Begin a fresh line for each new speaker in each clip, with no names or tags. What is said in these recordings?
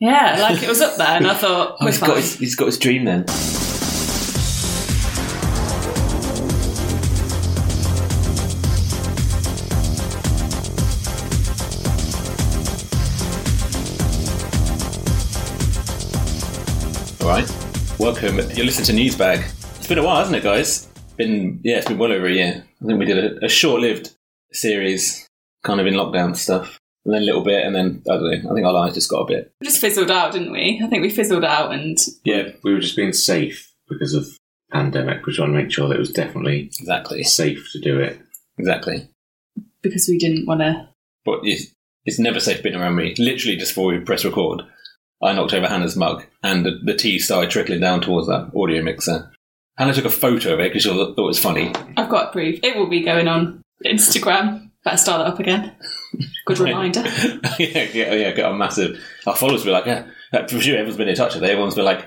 Yeah, like it was up there, and I thought,
Oh,
we're
he's got
fine.
his, he's got his dream then. All right, welcome. You're listening to Newsbag. It's been a while, hasn't it, guys? Been yeah, it's been well over a year. I think we did a, a short-lived series, kind of in lockdown stuff, and then a little bit, and then I don't know. I think our lives just got a bit.
We just fizzled out, didn't we? I think we fizzled out, and
Yeah,
We were just being safe because of pandemic. We were trying to make sure that it was definitely
exactly,
safe to do it.
exactly.
because we didn't want to.
but it's, it's never safe being around me. Literally, just before we press record, I knocked over Hannah's mug, and the, the tea started trickling down towards that audio mixer. Hannah took a photo of it because she thought it was funny.
I've got proof. It will be going on Instagram. Better start that up again. Good reminder.
yeah, yeah, yeah, got a massive. Our followers were like, yeah, like, for sure, everyone's been in touch with it. Everyone's been like,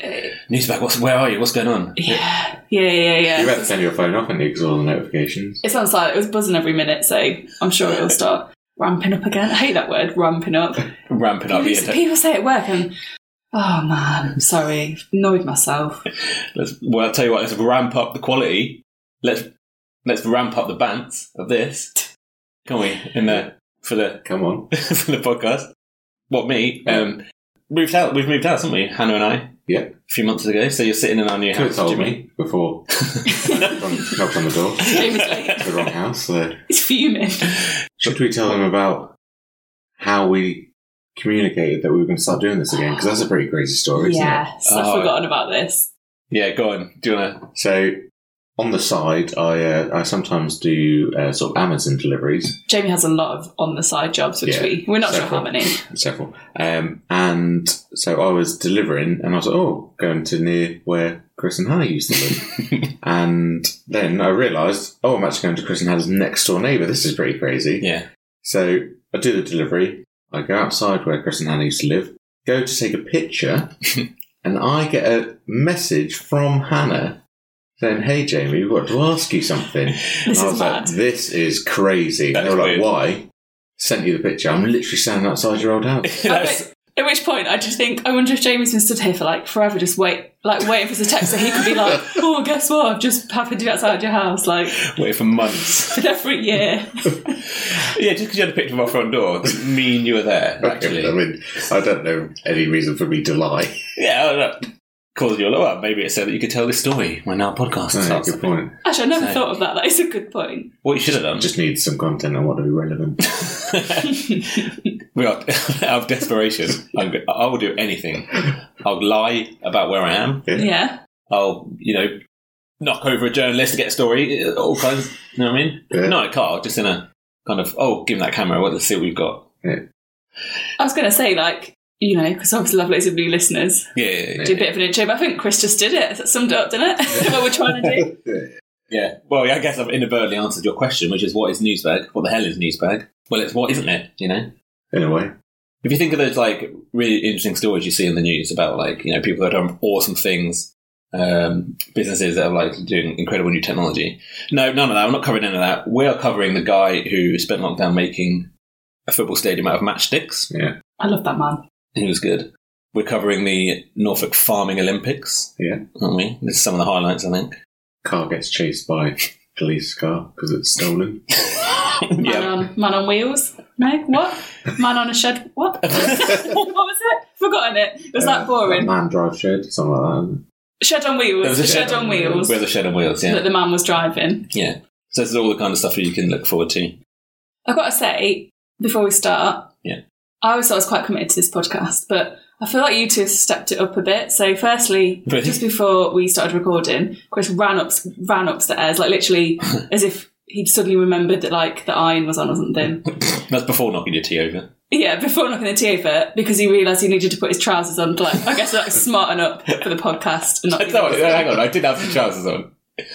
Newsbag, what's, where are you? What's going on?
Yeah, Uh, yeah, yeah, yeah.
You had to turn your phone off, haven't you? Because of all the notifications.
It sounds like it was buzzing every minute, so I'm sure it'll start ramping up again. I hate that word, ramping up.
Ramping up.
people,
Yeah,
people say it at work and, oh man, sorry, annoyed myself.
let's, well, I'll tell you what, let's ramp up the quality. Let's let's ramp up the bants of this, can we? In the for the
Come on.
for the podcast. What me? Um, moved out. We've moved out, haven't we? Hannah and I.
Yeah.
A few months ago. So you're sitting in our new
Could have
house.
told
Jimmy.
me before knocked knocked on the door.
James
It's the wrong house. So.
He's fuming.
Should we tell them about how we communicated that we were going to start doing this again? Because that's a pretty crazy story, isn't it?
Yes, I've
Oh.
forgotten about this.
Yeah. Go on. Do you wanna?
So on the side, I uh, I sometimes do uh, sort of Amazon deliveries,
Jamie has a lot of on the side jobs, which
Yeah,
we, we're not sure
several.
how many.
several, um, and so I was delivering, and I was like, oh, going to near where Chris and Hannah used to live, and then I realised, oh, I'm actually going to Chris and Hannah's next door neighbour. This is pretty crazy.
Yeah.
So I do the delivery. I go outside where Chris and Hannah used to live, go to take a picture, and I get a message from Hannah saying, Hey, Jamie, we've got to ask you something. and
This
I
is
was
mad.
like, This is crazy.
That
and they were
is
like, Why? Sent you the picture. I'm literally standing outside your old house.
I
That's-
don't- At which point, I just think, I wonder if Jamie's been stood here for like forever, just wait, like waiting for us to text, so he could be like, "Oh, guess what? I've just happened to be outside your house, like
Wait for months.
for every year."
yeah, just because you had a picture of our front door doesn't mean you were there.
I
Actually.
mean, I don't know any reason for me to lie.
yeah. I don't know. Caused you a lot. Well, Maybe it's so that you could tell this story when our podcast
No,
starts.
good point.
Actually, I never
So-
thought of that. That is a good point.
What you should have done.
Just need some content I want to be relevant.
we are out of desperation. I'm, go- I will do anything. I'll lie about where I am.
Yeah.
I'll, you know, knock over a journalist to get a story, uh, all kinds. you know what I mean?
Yeah.
Not in a car, just in a kind of, oh, give him that camera, let's see what we've got.
I was going to say, like, you know, because obviously Love Loads of New listeners
Yeah, yeah, yeah.
do a bit of an intro, but I think Chris just did it. That summed it up, didn't it? what we're trying to do.
Yeah. Well, yeah, I guess I've inadvertently answered your question, which is what is Newsbag? What the hell is Newsbag? Well, it's what isn't it, you know?
In a way.
If you think of those, like, really interesting stories you see in the news about, like, you know, people that have done awesome things, um, businesses that are, like, doing incredible new technology. No, none of that. I'm not covering any of that. We are covering the guy who spent lockdown making a football stadium out of matchsticks.
Yeah.
I love that man.
He was good. We're covering the Norfolk Farming Olympics,
Yeah.
aren't we? This is some of the highlights, I think.
Car gets chased by police car because it's stolen.
Man, on, man on wheels? No? What? Man on a shed? What? what was it? Forgotten it. It was
Uh,
that boring.
Man drive shed, something like that. isn't
Shed on
There
wheels.
was a
The shed, on wheels
Where the shed on wheels,
that
yeah.
the man was driving.
Yeah. So this is all the kind of stuff that you can look forward to.
I've got to say, before we start,
Yeah.
I always thought I was quite committed to this podcast, but I feel like you two have stepped it up a bit. So, firstly,
Really?
just before we started recording, Chris ran up, ran upstairs, like literally as if he'd suddenly remembered that like the iron was on or something.
That's before knocking your tea over.
Yeah, before knocking the tea over, because he realised he needed to put his trousers on. Like, I guess like smarten up for the podcast and not.
No, hang on, I did have some trousers on.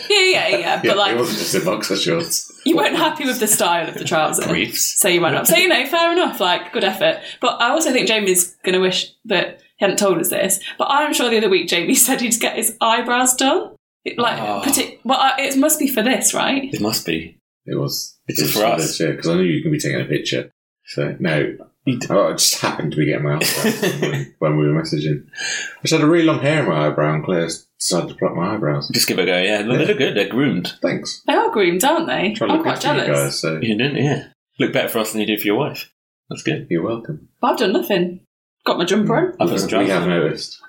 Yeah, yeah, yeah.
it?
But
it
like,
wasn't just in boxer shorts.
you weren't happy with the style of the trousers,
Briefs.
so you went up. So you know, fair enough. Like, good effort. But I also think Jamie's going to wish that he hadn't told us this. But I'm sure the other week Jamie said he'd get his eyebrows done. It, like,
Oh.
partic- well, I, it must be for this, right?
It must be.
It was.
It's just for us.
because I knew you can be taking a picture. So no, Oh, it just happened to be getting my eyebrows done when- when we were messaging. I just had a really long hair in my eyebrow, and Claire decided to pluck my eyebrows.
Just give it a go. Yeah, they look good. They're groomed.
Thanks.
They are groomed, aren't they?
Try to
I'm
look
quite
after you
jealous.
guys. So
You didn't. Yeah, look better for us than you do for your wife. That's good.
you're welcome.
But I've done nothing. Got my jumper on.
I've got some
we
trousers
have
on.
noticed.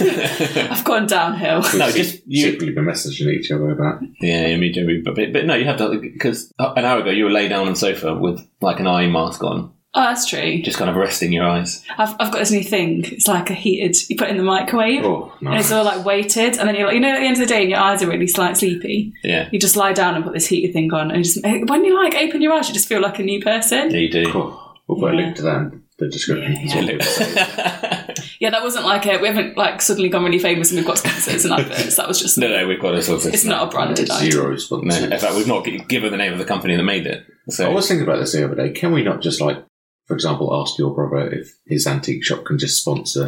I've gone downhill. Oh,
We've
No,
se-
just you-
secretly been messaging each other about.
Yeah, me too. But, but, but no, you have to because an hour ago you were laid down on the sofa with like an eye mask on,
Oh, that's true.
just kind of resting your eyes.
I've, I've got this new thing. It's like a heated, you put it in the microwave.
Oh,
And it's
nice.
all like weighted, and then you're like, you know, at the end of the day, and your eyes are really slight sleepy.
Yeah,
You just lie down and put this heated thing on, and just eh, when you like open your eyes, you just feel like a new person.
yeah, you do.
Oh, we'll put a
Yeah.
link to that in the description.
Yeah,
You
yeah.
look-
Yeah, that wasn't like a, we haven't like suddenly gone really famous and we've got sponsors and adverts. That was just
no, no, we've got this.
It's not a branded
There's
item.
Zero response.
No, in fact, we've not g- given the name of the company that made it.
I
Oh,
So
was thinking about this the other day. Can we not just like, for example, ask your brother if his antique shop can just sponsor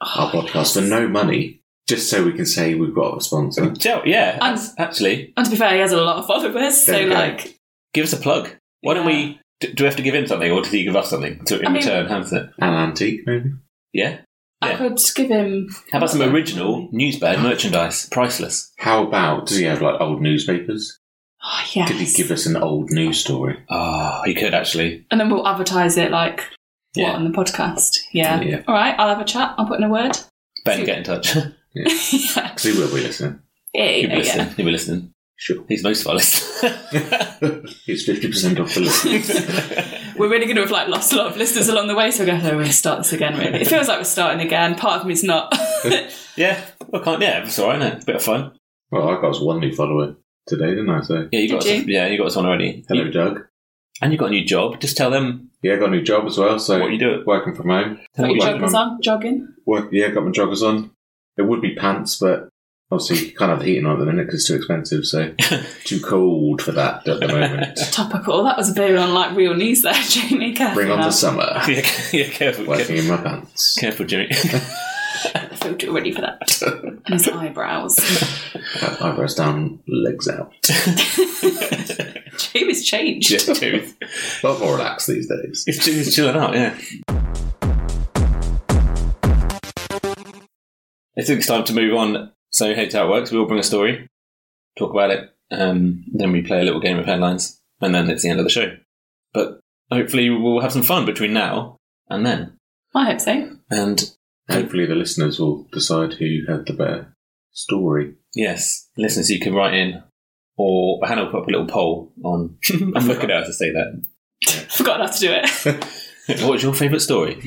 our
Oh,
podcast
yes.
for no money, just so we can say we've got a sponsor?
Yeah, yeah,
And-
actually,
And to be fair, he has a lot of followers, so
There you go.
like,
give us a plug. Why don't we? Do, do we have to give him something, or does he give us something to, in
I mean-
return? How's it?
An antique, maybe?
Yeah.
I
Yeah.
could give him.
How about some original newsbird merchandise, priceless?
How about, does he have like old newspapers?
Oh, yes.
Could he give us an old news story?
Ah, he could actually.
and then we'll advertise it like
Yeah.
what on the podcast. Yeah.
Yeah.
All right, I'll have a chat. I'll put in a word.
Ben, get in touch.
yeah.
Because he will be listening.
Yeah,
He'll be
yeah,
listening.
yeah.
He'll be listening.
Sure.
He's most of our listeners.
It's 50% off the list.
We're really going to have like lost a lot of listeners along the way, so we're going to we're going to start this again. Really, it feels like we're starting again. Part of me's not.
yeah, well, can't. Yeah, it's all right. Isn't it? Bit of fun.
well, I got us one new follower today, didn't I? So,
Yeah, you got.
Did
us- Yeah, you got us on already.
hello,
You-
Doug.
and you got a new job. Just tell them
Yeah, I got a new job as well. So,
what you do.
working from home.
Put your
Well,
joggers on, jogging.
Work, yeah, got my joggers on. It would be pants, but obviously you can't have the heating on at the minute 'cause it's too expensive. So too cold for that at the moment.
Topical. That was a bit on like real news there, Jamie. Careful
Bring on
now.
the summer.
yeah, c- yeah, careful,
Working
careful,
in my pants.
careful, Jimmy.
I feel too ready for that. and his eyebrows.
Eyebrows down, legs out.
Jamie's changed.
yeah, Jimmy's,
A lot more relaxed these days.
he's, he's chilling out. Yeah. I think it's time to move on. So here's how it works. We all bring a story, talk about it, um, then we play a little game of headlines, and then it's the end of the show. But hopefully, we'll have some fun between now and then.
I hope so.
And
Hopefully, the listeners will decide who had the better story.
yes, listeners, you can write in, or Hannah will put up a little poll on. I'm looking at her to say that.
Forgot how to do it.
What's your favourite story?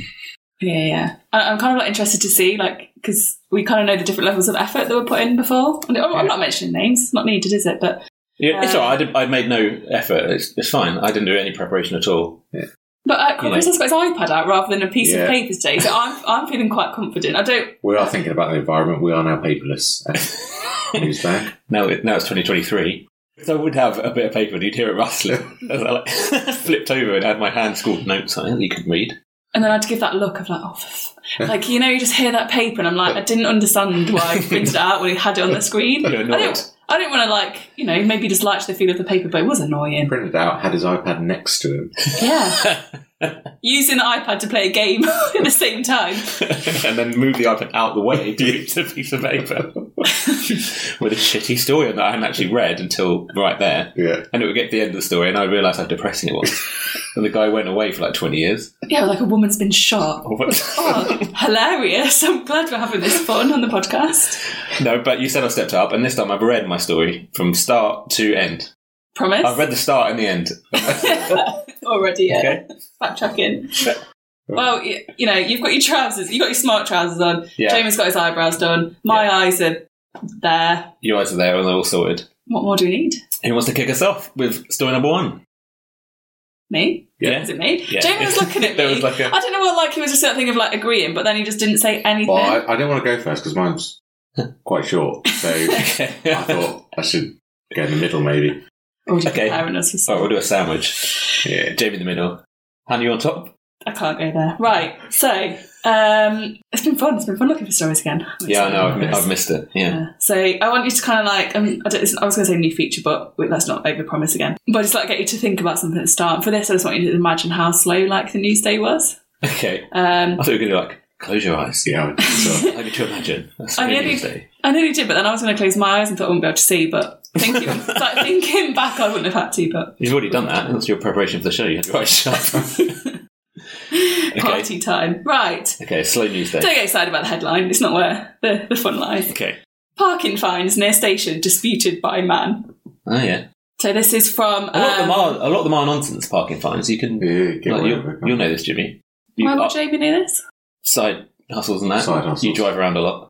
Yeah, yeah. I- I'm kind of like interested to see, like, because we kind of know the different levels of effort that were put in before. And oh, I'm I'm not mentioning names; it's not needed, is it? But
Yeah, it's
Uh,
alright. I, didn't- I made no effort. It's, it's fine. I didn't do any preparation at all.
but uh, Chris has got his iPad out rather than a piece
Yeah.
of paper today, so I'm I'm feeling quite confident. I don't.
We are thinking about the environment. We are now paperless. Who's back?
Now, it, now it's 2023. If I would have a bit of paper, and you'd hear it rustling. As I like, flipped over and had my hand scribbled notes on it that you could read.
And then I had to give that look of like, oh, f- like you know, you just hear that paper, and I'm like, I didn't understand why I printed it out when he had it on the screen.
You're
I
annoyed.
don't. I didn't want to like, you know, maybe just liked the feel of the paper, but it was annoying.
Printed out, had his iPad next to him.
Yeah, using the iPad to play a game at the same time.
and then move the iPad out the way to reach the piece of paper with a shitty story on that I hadn't actually read until right there.
Yeah.
And it would get to the end of the story, and I realised how depressing it was. and the guy went away for like 20 years.
Yeah, like a woman's been shot. Oh, hilarious. I'm glad we're having this fun on the podcast.
no, but you said I stepped up, and this time I've read my story from start to end.
Promise?
I've read the start and the end.
Already, yeah.
Okay?
Backtracking. Well, you, you know, you've got your trousers, you've got your smart trousers on.
Yeah.
Jamie's got his eyebrows done. My eyes are there.
You guys are there, and they're all sorted.
What more do we need?
Who wants to kick us off with story number one?
Me?
Yeah.
Is it me?
Yeah.
Jamie was looking at me.
There was like a-
I don't know what, like, he was just that thing of, like, agreeing, but then he just didn't say anything.
Well, I, I didn't want to go first because mine's quite short. So I
okay.
thought I should go in the middle, maybe.
Already
okay.
preparing us for
Alright,
something.
we'll do a sandwich.
Yeah.
Jamie in the middle. Hannah, you on top?
I can't go there. Right, so Um, it's been fun. It's been fun looking for stories again. I'm
Yeah, I know. I've,
excited.
mi- I've missed it. Yeah.
Yeah. So I want you to kind of like um, I, don't, it's- I was going to say new feature, but wait, let's not overpromise again. But just like get you to think about something at the start. For this, I just want you to imagine how slow like the news day was.
Okay.
Um,
I thought you were going to like close your eyes.
Yeah. So,
I could imagine. That's
I
really
nearly-
easy.
I nearly did, but then I was going to close my eyes and thought I wouldn't be able to see. But thinking, like, thinking back, I wouldn't have had to. But
You've already done that. That's your preparation for the show. You had your eyes shut. okay.
party time, right?
Okay. Slow news day.
Don't get excited about the headline. It's not where the, the fun lies.
Okay.
Parking fines near station disputed by man.
Oh yeah.
So this is from.
A lot of them
um,
are a lot of them are nonsense parking fines. You can.
yeah, get
like,
away
you'll,
with it.
you'll know this, Jimmy. You
Why would
up-
Jamie do this?
side hustles and that.
Side hustles.
You drive around a lot.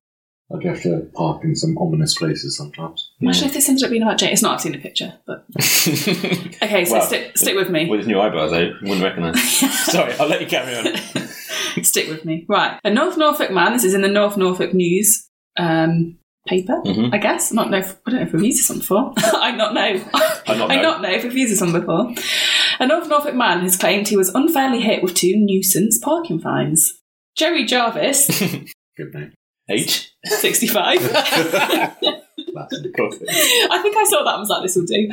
I'd have to park in some ominous places sometimes.
Imagine if this ended up being about Jamie. It's not. I've seen the picture, but
With
okay. So
Wow.
stick stick with me.
his new eyebrows, I wouldn't recognise. Sorry, I'll let you carry on.
stick with me. Right. A North Norfolk man. This is in the North Norfolk News um, paper.
Mhm.
I guess. I'm not know. If, I don't know if we've used this one before. I not know.
I not
I
know.
not know if we've used this one before. A North Norfolk man has claimed he was unfairly hit with two nuisance parking fines. Jerry Jarvis,
Good name.
H.
65.
That's it.
I think I saw that and was like, this will do.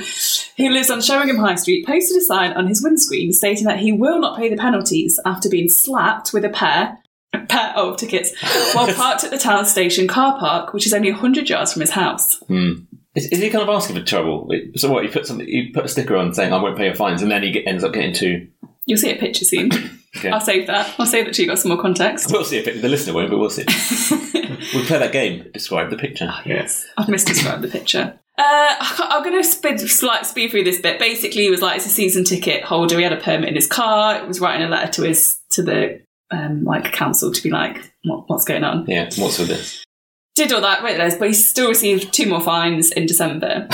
Who lives on Sheringham High Street posted a sign on his windscreen stating that he will not pay the penalties after being slapped with a pair, a pair of tickets while parked at the town station car park, which is only 100 yards from his house.
Is, is he kind of asking for trouble? So what? You put something. You put a sticker on saying I won't pay your fines, and then he get, ends up getting two.
You'll see a picture soon.
Okay.
I'll save that. I'll save that so you got some more context.
We'll see if it, the listener won't, but we'll see. we play that game. Describe the picture.
Yes.
I've misdescribed the picture. Uh, I can't- I'm going to speed, slight speed through this bit. Basically, he was like, it's a season ticket holder. He had a permit in his car. He was writing a letter to his to the um, like council to be like, what, what's going on?
Yeah. What's with this?
Did all that, wrote letters, but he still received two more fines in December.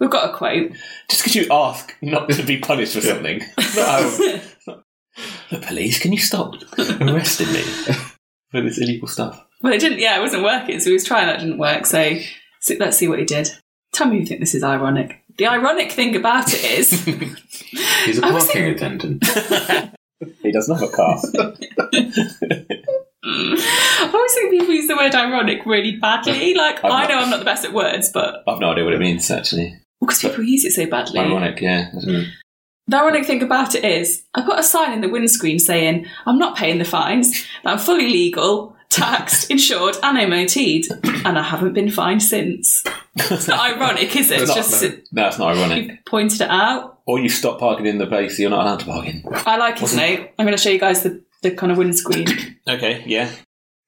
We've got a quote.
Just because you ask not to be punished for something. No. the police, can you stop arresting me for this illegal stuff?
Well, it didn't. Yeah, it wasn't working. So he was trying that didn't work. So, so let's see what he did. Tell me you think this is ironic. The ironic thing about it is.
He's a
I was
parking attendant.
He doesn't have a car.
I always think people use the word ironic really badly. Like,
I'm
I
not-
know I'm not the best at words, but
I've no idea what it means actually.
because people use it so badly.
Ironic, yeah.
The ironic thing about it is, I put a sign in the windscreen saying, I'm not paying the fines, that I'm fully legal, taxed, insured, and MOT'd, and I haven't been fined since. It's not ironic, is it? It's
Not-
just
no.
No, it's not ironic.
you pointed it out.
Or you stop parking in the place you're not allowed to park in.
I like his note. I'm going to show you guys the, the kind of windscreen.
Okay, yeah.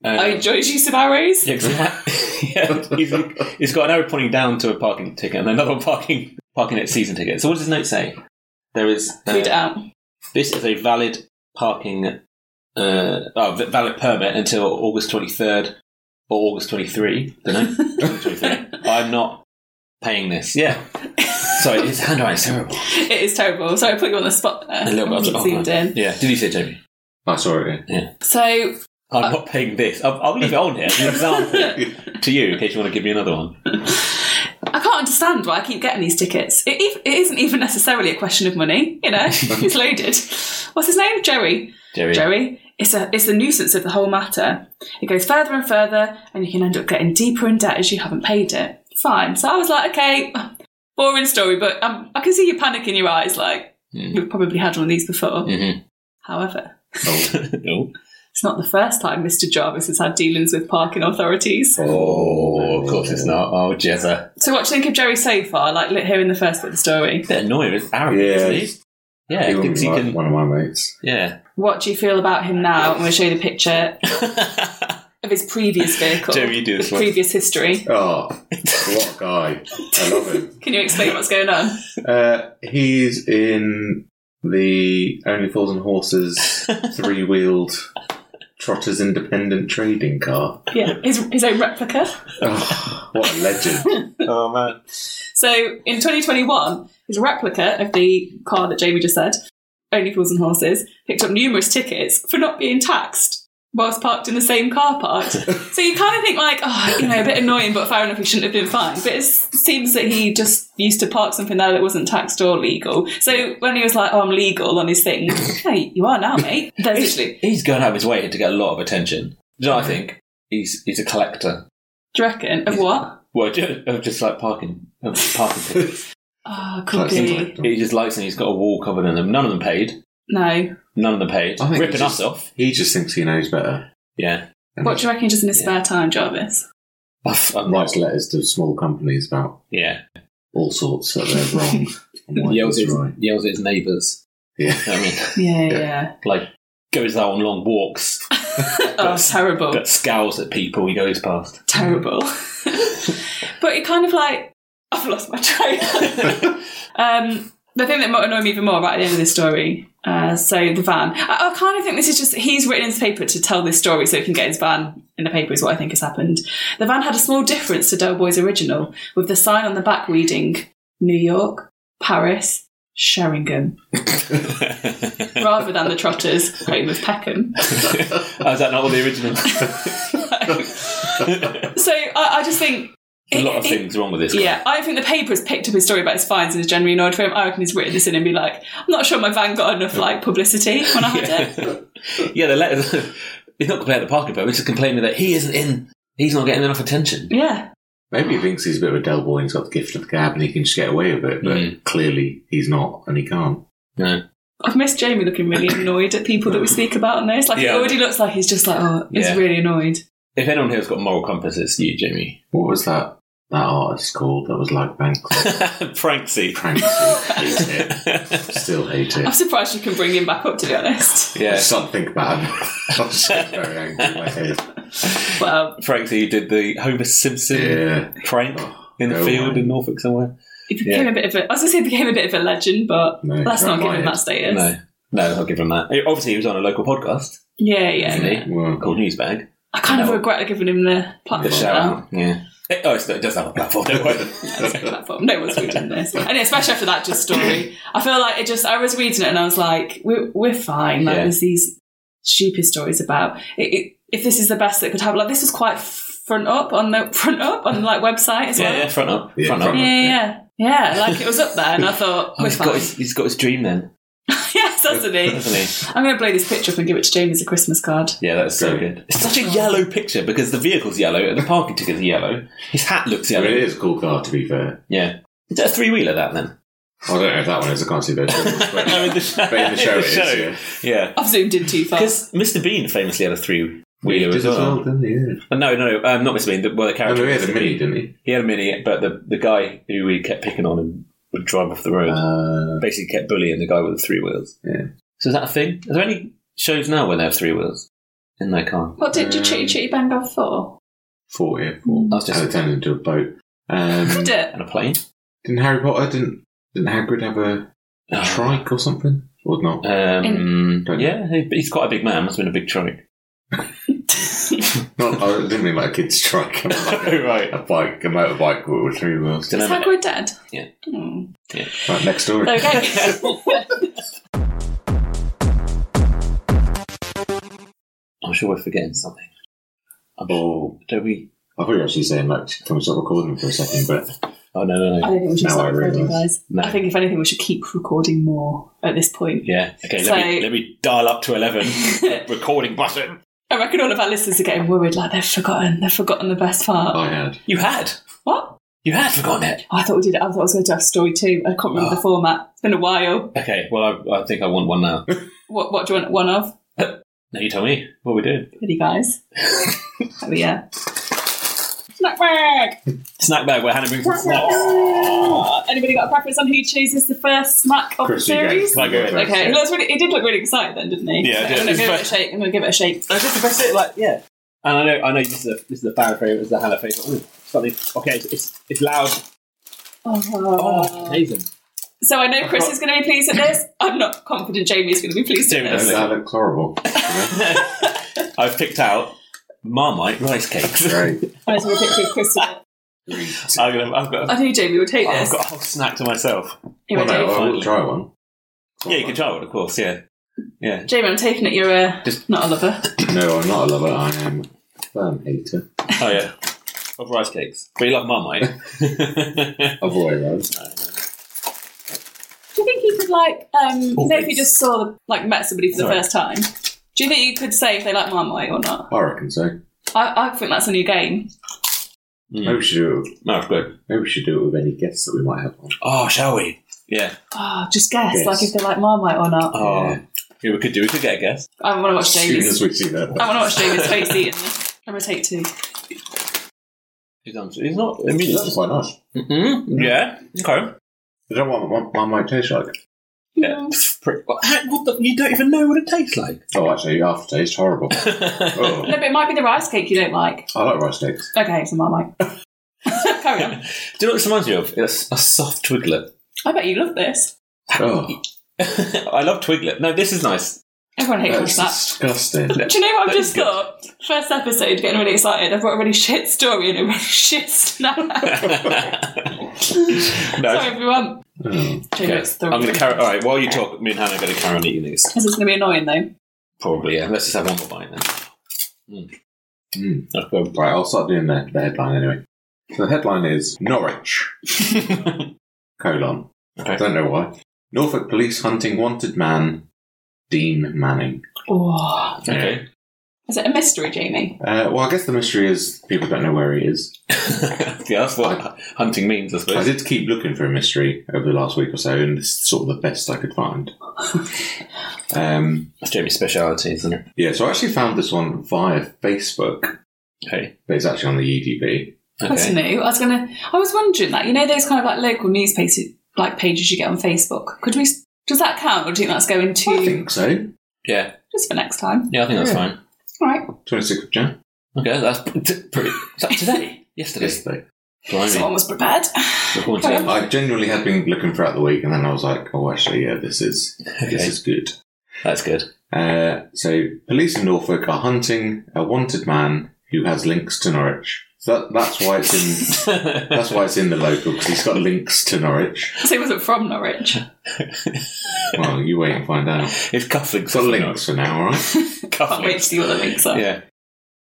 Um,
I enjoy his use of arrows.
yeah, 'cause he ha- yeah, he's, he's got an arrow pointing down to a parking ticket and another one parking parking at season ticket. So what does his note say? There is uh,
Read it out.
This is a valid parking, uh, oh, v- valid permit until August 23rd or August 23. Don't know. 23. I'm not paying this. Yeah. Sorry, his handwriting is terrible.
It is terrible. So I put you on the spot there.
A little bit. I was like, oh,
Zoomed
man.
in.
Yeah. Did you say, Jamie?
I saw it.
So
I'm not paying this. I'll, I'll leave it on here as an example to you in case you want to give me another one.
I can't understand why I keep getting these tickets. It, ev- it isn't even necessarily a question of money, you know. it's loaded. What's his name? Jerry.
Jerry.
Jerry. It's a it's a nuisance of the whole matter. It goes further and further, and you can end up getting deeper in debt as you haven't paid it. Fine. So I was like, okay, boring story, but um, I can see your panic in your eyes. Like we've probably had one of these before.
Mhm.
However,
Oh.
No.
it's not the first time Mr. Jarvis has had dealings with parking authorities.
Oh, of course it's not. Oh, Jezza.
So what do you think of Jerry so far? Like li- hearing the first bit of the story.
A bit annoying. It's arrogant,
Yeah.
isn't he? Yeah,
He
thinks
was
he
like
can.
one of my mates.
Yeah.
What do you feel about him now? I'm going to show you the picture of his previous vehicle.
Jerry, you do
his
this one.
previous history.
Oh, what a guy. I love him.
Can you explain what's going on?
Uh, he's in the Only Fools and Horses three wheeled Trotters Independent Trading Car.
Yeah, his, his own replica.
Oh, what a legend.
Oh, man.
So in 2021, his replica of the car that Jamie just said, Only Fools and Horses, picked up numerous tickets for not being taxed whilst parked in the same car park. so you kind of think like, oh, you know, a bit annoying, but fair enough, he shouldn't have been fined. But it seems that he just used to park something there that wasn't taxed or legal. So when he was like, "Oh, I'm legal" on his thing, hey, you are now, mate. There's
He's,
literally,
he's going out of his way to get a lot of attention. Do you know what I
Mm-hmm.
think? He's he's a collector.
do you reckon of what?
Well, just, just like parking, of parking tickets.
Ah, could
That's
be.
intellect.
he just likes them. He's got a wall covered in them. None of them paid.
No.
None of them paid.
I think
Ripping
he's just-
us off.
He just thinks he knows better.
Yeah.
And
What do you reckon he does in his spare time, Jarvis?
I've-
he
I'm-
writes letters to small companies about
Yeah.
all sorts that they're wrong. and why
Yells at,
he's
his,
right.
yells at his neighbours.
Yeah.
You know what I mean?
Yeah, yeah.
Yeah.
like goes out on long walks,
oh, terrible,
but scowls at people he goes past.
terrible. but it kind of like I've lost my train. Um, the thing that might annoy me even more right at the end of this story. Uh, so the van. I, I kind of think this is just he's written in his paper to tell this story so he can get his van in the paper is what I think has happened. The van had a small difference to Doughboy's original, with the sign on the back reading New York, Paris, Sheringham, rather than the Trotters, home of Peckham.
Oh, is that not the original?
So I, I just think
a lot of things wrong with this. guy.
Yeah, I don't think the paper has picked up his story about his fines and is generally annoyed for him. I reckon he's written this in and be like, I'm not sure my van got enough like publicity when I had it.
yeah. The letters. He's not complaining about the parking, but he's just complaining that he isn't in. He's not getting enough attention.
Yeah.
Maybe he thinks he's a bit of a del boy and he's got the gift of the gab and he can just get away with it, but
Mm.
clearly he's not and he can't.
No.
I've missed Jamie looking really annoyed at people that we speak about on this. Like, he
Yeah.
already looks like he's just like, oh, he's
Yeah.
really annoyed.
If anyone here's got moral compass, it's you, Jimmy.
What was that that artist called that was like Banks?
Pranksy.
Pranksy. hate it. Still hate
I'm
it.
surprised you can bring him back up, to be honest.
yeah.
Something bad. I'm just very angry in my head.
Well,
Pranksy did the Homer Simpson
Yeah. Oh,
prank in the
Go
field
on.
in Norfolk somewhere.
he became
Yeah.
a bit of a, I was going to say, he became a bit of a legend, but
No,
let's not give
my
him
head.
that status.
No, no, I'll give him that. Obviously, he was on a local podcast,
Yeah, yeah.
isn't he?
Well,
Called Newsbag.
I kind of
No.
regret giving him the
The
platform
shout
now.
out. Yeah. Eh, Oh, it's, it does have a platform, don't worry.
That's a platform. No one's reading this, and especially after that just story, I feel like it just. I was reading it and I was like, "We're we're fine." Like
Yeah.
there's these stupid stories about it, it, if this is the best that could happen. Like this was quite front up on the front up on like website as
yeah,
well.
yeah, front up.
Yeah,
front
Yeah,
up.
front up.
yeah, yeah. Yeah, like it was up there, and I thought,
Oh,
we're
he's got
fine.
his, he's got his dream then,
yes, that's it.
hasn't
I'm going to blow this picture up and give it to Jamie as a Christmas card.
he? Yeah, that's so
Great.
good. It's such a yellow picture because the vehicle's yellow and the parking ticket's yellow. His hat looks
I
yellow.
mean, it is a cool car, to be fair.
Yeah. Is that a three wheeler that then?
I don't know if that one is. I can't see those. But,
No, in the show.
but in the
in
show, it is. Yeah.
Yeah.
I've zoomed in too far.
Because Mr. Bean famously had a three
He
wheeler
did
as well.
didn't he? Yeah.
Uh, No, no, um, not Mr. Bean. The, well, the
No,
character.
no, he had a
Mr.
mini,
Bean.
didn't he?
He had a mini, but the, the guy who we kept picking on and would drive off the road
Uh,
basically kept bullying the guy with the three wheels.
Yeah.
So is that a thing? Are there any shows now where they have three wheels in their car?
what did you
Um,
chitty chitty bang off for?
four, yeah, four.
I was
And it
just
turned into a boat. Um,
Did it?
and a plane.
didn't Harry Potter? Didn't didn't Hagrid have a trike or something? Or not?
Um,
Don't-
yeah, he- he's quite a big man. Must have been a big trike.
Not, I didn't mean like a kid's trike. I meant like a,
right.
a bike, a motorbike with three wheels.
Is Hagrid dead?
Yeah.
Hmm.
Right, next story.
There we go.
I'm sure we're forgetting something. I'm sure.
Oh,
Don't we?
I thought you were actually saying like, can we stop recording for a second? But
Oh no, no,
I
no.
don't think we should
Now
stop
I
recording,
realise.
guys.
No.
I think if anything, we should keep recording more at this point.
Yeah. Okay. Let, me,
So-
let me dial up to eleven. Recording button.
I reckon all of our listeners are getting worried, like they've forgotten, they've forgotten the best part.
I had.
You had.
What?
You had forgotten it.
Oh, I thought we did. I thought I was going to have story two. I can't remember the format. It's been a while.
Okay. Well, I, I think I want one now.
What? What do you want? One of?
now you tell me what we doing.
Really, guys? oh yeah. Snack bag.
Snack bag. Where Hannah brings the snacks.
Anybody got a preference on who chooses the first snack of
Chris,
the
you go.
series?
Like, go
first,
Oh, Okay, he,
yeah.
looks really, he did look really excited then, didn't he?
Yeah, I
So I'm
did.
gonna give it a shake. I'm gonna give it a shake.
That's just the best bit, like, yeah. And I know, I know this is a, this is a fan favourite, this is a Hannah favourite. Ooh, something, okay, it's, it's, it's loud. Oh, amazing.
So I know Chris is going to be pleased at this. I'm not confident Jamie's going to be pleased at
Jamie doesn't
this.
know.
That looks horrible.
I've picked out Marmite rice cakes.
Great.
I just want a picture of Chris. with it.
I'm gonna, I've, got,
I knew Jamie would hate
I've
this.
got a whole snack to myself.
Anyway,
well, no,
Jamie.
I
Finally.
will try one.
Yeah, you can try one, of course, yeah. Yeah.
Jamie, I'm taking it you're uh,
Just-
not a lover.
No, I'm not a lover. I am a firm hater.
Oh, yeah. of rice cakes. But you love Marmite.
Other way around.
Do you think you could like um you know if you
Always.
just saw like met somebody for the
Sorry.
first time? Do you think you could say if they like Marmite or not?
I reckon so.
I, I think that's a new game.
Mm.
Maybe we should do it.
No, it's good.
Maybe we should do it with any guests that we might have on.
Oh, shall we? Yeah.
Oh, just guess,
Yes.
like if they like Marmite or not.
Oh.
Yeah.
Yeah. we could do. We could get a guess.
I want to watch Oh.
As soon
Jamie's.
as we see that.
I want to watch Jamie's face eating. I'm gonna take two.
He's not. He's not. I mean,
That's quite nice.
mm-hmm. yeah. Okay.
I don't want what my might taste like.
Yeah. Prick. What what the? You don't even know what it tastes like.
Oh, actually, aftertaste horrible. oh,
No, but it might be the rice cake you don't like.
I like rice cakes.
Okay, so Marmite. Carry on.
Do you know what this reminds me of? It's a soft twiglet.
I bet you love this.
Oh,
I love twiglet. No, this is nice.
Everyone hates
that's
that.
disgusting.
Do you know what I've
that is
just
good.
got? First episode, getting really excited. I've got a really shit story and a really shit snap. Sorry,
no,
everyone.
Oh.
okay.
It's the-
I'm going to carry. All right, while you talk, me and Hannah are going to carry on eating these.
This is going to be annoying, though.
Probably, yeah. Let's just have one more bite then. Mm.
Mm.
That's good.
Right, I'll start doing the, the headline anyway. So the headline is Norwich,
Mm.
colon.
Okay.
I don't know why. Norfolk police hunting wanted man, Dean Manning.
Oh.
okay.
Is it a mystery, Jamie?
Uh, well, I guess the mystery is people don't know where he is.
yeah, that's what hunting means, I
I
suppose.
did keep looking for a mystery over the last week or so, and this is sort of the best I could find. um,
That's Jamie's speciality, isn't it?
yeah, so I actually found this one via Facebook,
Okay.
but it's actually on the E UDB.
That's
Okay.
new. I was going to. I was wondering that. You know those kind of like local news pages, like pages you get on Facebook. Could we? s- Does that count, or do you think that's going
I
to
think so.
Yeah.
just for next time?
Yeah, I think that's
Yeah.
fine.
All right.
26th of Jan,
Okay, that's p- t- pretty. Is that today? Yesterday.
yesterday.
Blimey.
Someone was prepared.
Look forward to
I genuinely had been looking throughout the week, and then I was like, oh, actually, yeah, this is,
it.
this
Okay.
is good.
That's good.
Uh, so police in Norfolk are hunting a wanted man who has links to Norwich. So that, that's why it's in. that's why it's in the local because he's got links to Norwich.
so he wasn't from Norwich.
Well, you wait and find out.
It's cufflinks.
He's got links for now, all right?
Can't wait to
Cufflinks.
see what the links are.
Yeah.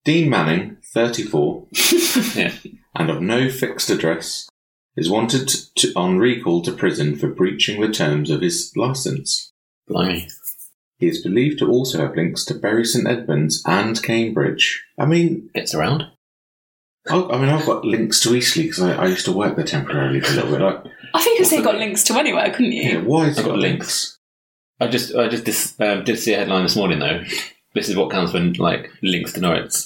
Dean Manning, thirty-four,
Yeah.
and of no fixed address, is wanted to, on recall to prison for breaching the terms of his license.
Blimey.
He is believed to also have links to Bury St Edmunds and Cambridge. I mean,
Gets around.
Oh, I mean, I've got links to Eastleigh because I, I used to work there temporarily for a little bit. Like,
I think you could say
What's the
got
link?
links to anywhere, couldn't you?
yeah, why has it
I've
got,
got
links?
I just I just dis, um, did see a headline this morning though. This is what counts when like links to Norwich.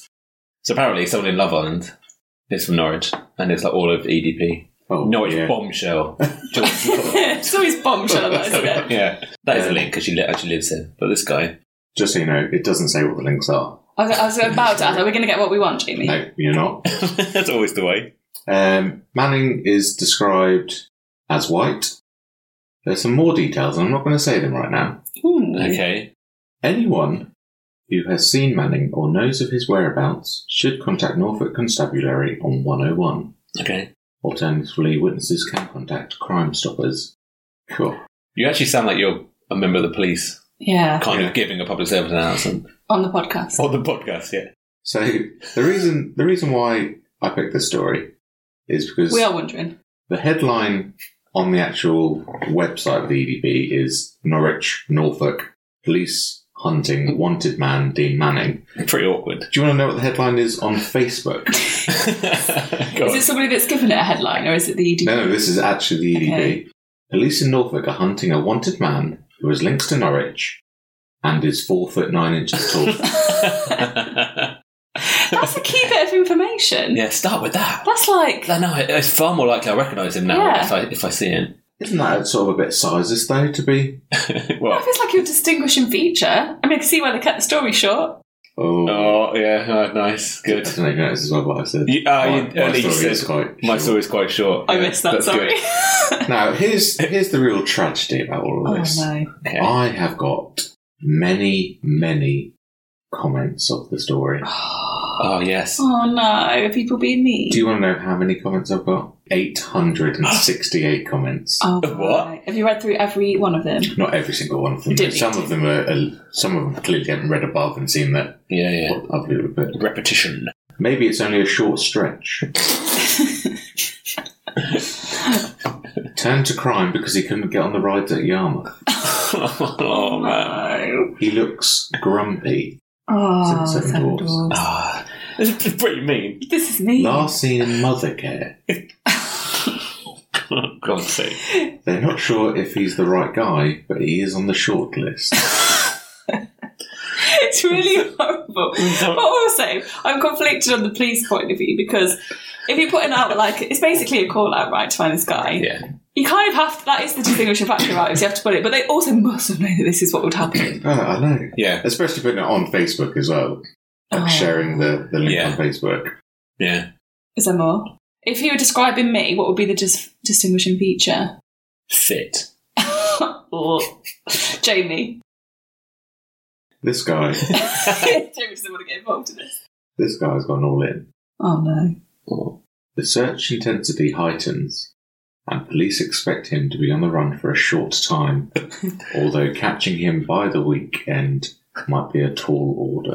So apparently someone in Love Island is from Norwich and it's like all of EDP.
Oh,
Norwich
yeah.
bombshell. George-
it's always bombshell, that, isn't it?
yeah, that is a link because she li- actually lives here. But this guy,
Just so you know, it doesn't say what the links are.
I was, I was about to ask, are we going to get what we want, Jamie?
No, you're not.
that's always the way.
Um, Manning is described as white. There's some more details, and I'm not going to say them right now.
Hmm.
Okay,
Anyone who has seen Manning or knows of his whereabouts should contact Norfolk Constabulary on 101.
okay.
Alternatively, witnesses can contact Crime Stoppers. Cool.
You actually sound like you're a member of the police,
Yeah,
kind
Yeah.
of giving a public service announcement
on the podcast.
on the podcast. Yeah,
So the reason the reason why I picked this story is because
We are wondering.
the headline on the actual website of the EDB is Norwich, Norfolk, police hunting wanted man Dean Manning.
pretty awkward.
Do you want to know what the headline is on Facebook?
Go
Is
on.
it somebody that's given it a headline, or is it the ED?
no, this is actually the EDB.
Okay.
Police in Norfolk are hunting a wanted man who has links to Norwich and is four foot nine inches tall.
That's a key bit of information.
yeah, start with that.
That's like,
I know it's far more likely I recognise him now
Yeah.
if, I, if I see him.
Isn't that sort of a bit sizist though to be?
that
well,
feels like your distinguishing feature. I mean, I can see why they cut the story short.
Oh,
oh yeah, oh, nice,
I
good.
don't know if you noticed as well what I said.
You, uh,
My-
you,
my
at least
story is
said-
quite
my
short.
story is quite short.
I
Yeah,
missed that,
that's
sorry.
good.
Now, here's here's the real tragedy about all
oh,
of this.
no.
Okay.
I have got many, many comments of the story.
Oh yes,
Oh, no. Are people being mean?
Do you want to know how many comments I've got? 868 comments.
oh,
What?
right. Have you read through every one of them?
Not every single one of them.
You
but
didn't
Some
need
of them are, are some of them clearly haven't read above and seen that
yeah, yeah.
I've read a bit.
Repetition.
Maybe it's only a short stretch. Turned to crime because he couldn't get on the rides at Yarmouth.
oh man.
He looks grumpy.
Oh,
Seven
Seven
Dwarfs.
Dwarfs.
Ah, this is pretty mean.
This is me.
Last seen in Mothercare.
For Oh, God's sake.
They're not sure if he's the right guy, but he is on the short list.
It's really horrible. But also, I'm conflicted on the police point of view because if you're putting out like it's basically a call out right to find this guy.
Yeah.
You kind of have to. That is the distinguishing factor, right? is You have to put it, but they also must have known that this is what would happen.
Oh, I know.
Yeah.
Especially putting it on Facebook as well. Like
Oh.
sharing the, the link
Yeah.
on Facebook.
Yeah.
Is there more? If you were describing me, what would be the dis- distinguishing feature?
Fit.
Oh, Jamie.
This guy,
Jamie doesn't want to get involved in this.
this guy's gone all in.
Oh no.
Oh.
The search intensity heightens, and police expect him to be on the run for a short time, although catching him by the weekend might be a tall order.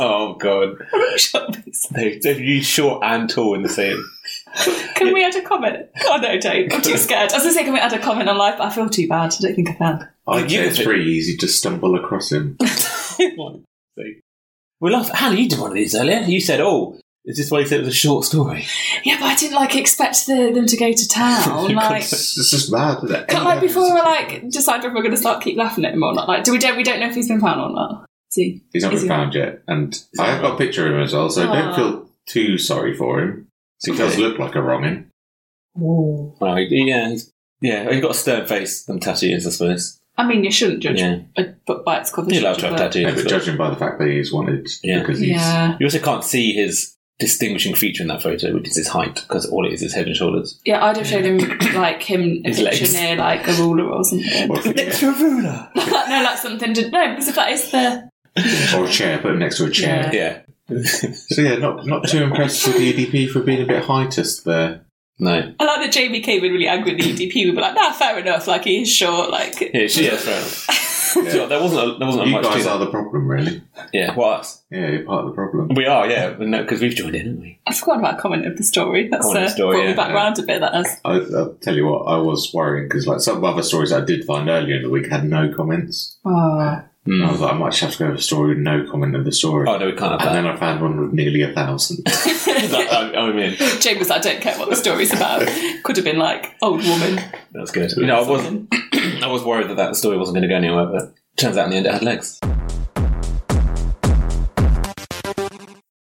Oh god.
Shut up.
They they used short and tall in the same.
Can we add a comment? Oh no, don't. I'm too scared. I was going to say, can we add a comment on life? But I feel too bad. I don't think I can.
I'd say
You-
it's very easy to stumble across him.
We laughed. Hannah, you did one of these earlier. You said, "Oh, is this why you said it was a short story?"
Yeah, but I didn't like expect the, them to go to town.
You
Like,
It's it's just mad that
can't, like before we like decide if we're going to start keep laughing at him or not. Like, do we don't we don't know if he's been found or not? See,
he's not
is
been
he- Ah.
found yet, and I have got a picture of him as well, so
Aw.
don't feel too sorry for him. 'cause He does
Okay.
look like a wrongin.
Well, he- yeah, he's, yeah. He's got a stern face and tattoos, I suppose.
I mean, you shouldn't judge
Yeah,
a book by its cover.
he
should
loves
you?
to have
But-
Yeah,
tattoos.
but
but
judging by the fact that he's wanted
Yeah.
because he's
Yeah,
you also can't see his distinguishing feature in that photo, which is his height, because all it is is head and shoulders.
yeah. I'd have shown him like him a
His
picture
legs.
near like a ruler or something.
or,
Next to a ruler.
no, that's something to no because if that is the
or a chair, put him next to a chair.
Yeah.
Yeah.
So yeah, not not too impressed with the EDP for being a bit heightist there.
No.
I like that Jamie came in really angry at the E EDP. We were like, nah, fair enough. Like he is short. Like
Yeah, she, yeah, fair enough. So
Yeah.
there wasn't. A, there wasn't
You
much. To
guys
that.
are the problem, really.
Yeah, well, us.
Yeah, you're part of the problem.
We are. Yeah, because we've joined in, haven't we?
I forgot about comment of the story. That's
Comment
uh,
of the story,
brought
yeah.
me back round a bit. That has.
I, I'll tell you what, I was worrying because like some other stories I did find earlier in the week had no comments.
Oh.
And I was like, I might just have to go with a story with no comment of the story.
Hmm. Oh no, we can't
and
have
then I found one with nearly a thousand.
that. Like, I, I mean,
Jane was like, I don't care what the story's about. Could have been like old woman.
that's good. You know, I was I was worried that that story wasn't going to go anywhere, but turns out in the end it had legs.